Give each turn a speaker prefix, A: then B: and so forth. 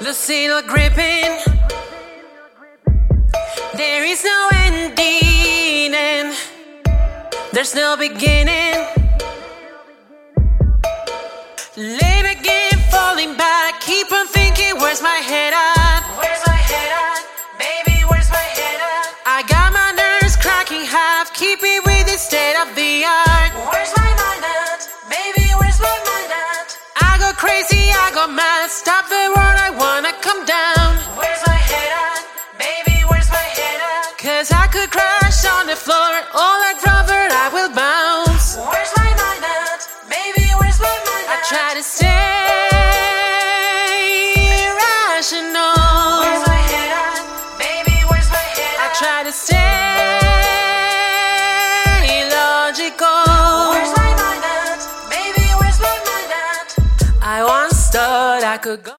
A: Lucille gripping. There is no ending, and there's no beginning. Late again, falling back. Keep on thinking, where's my head at? Where's my head at? Baby, where's my head at? I got my nerves cracking half. Keep it with the state of the art. Where's my mind at? Baby, where's my mind at? I go crazy, I go mad. Stop the world, I wanna come down. Where's my head at? Baby, where's my head at? Cause I could crash on the floor. All like rubber, I will bounce. Where's my mind at? Baby, where's my mind at? I try to stay rational. Where's my head at? Baby, where's my head at? I try to stay logical. Where's my mind at? Baby, where's my mind at? I once thought I could go.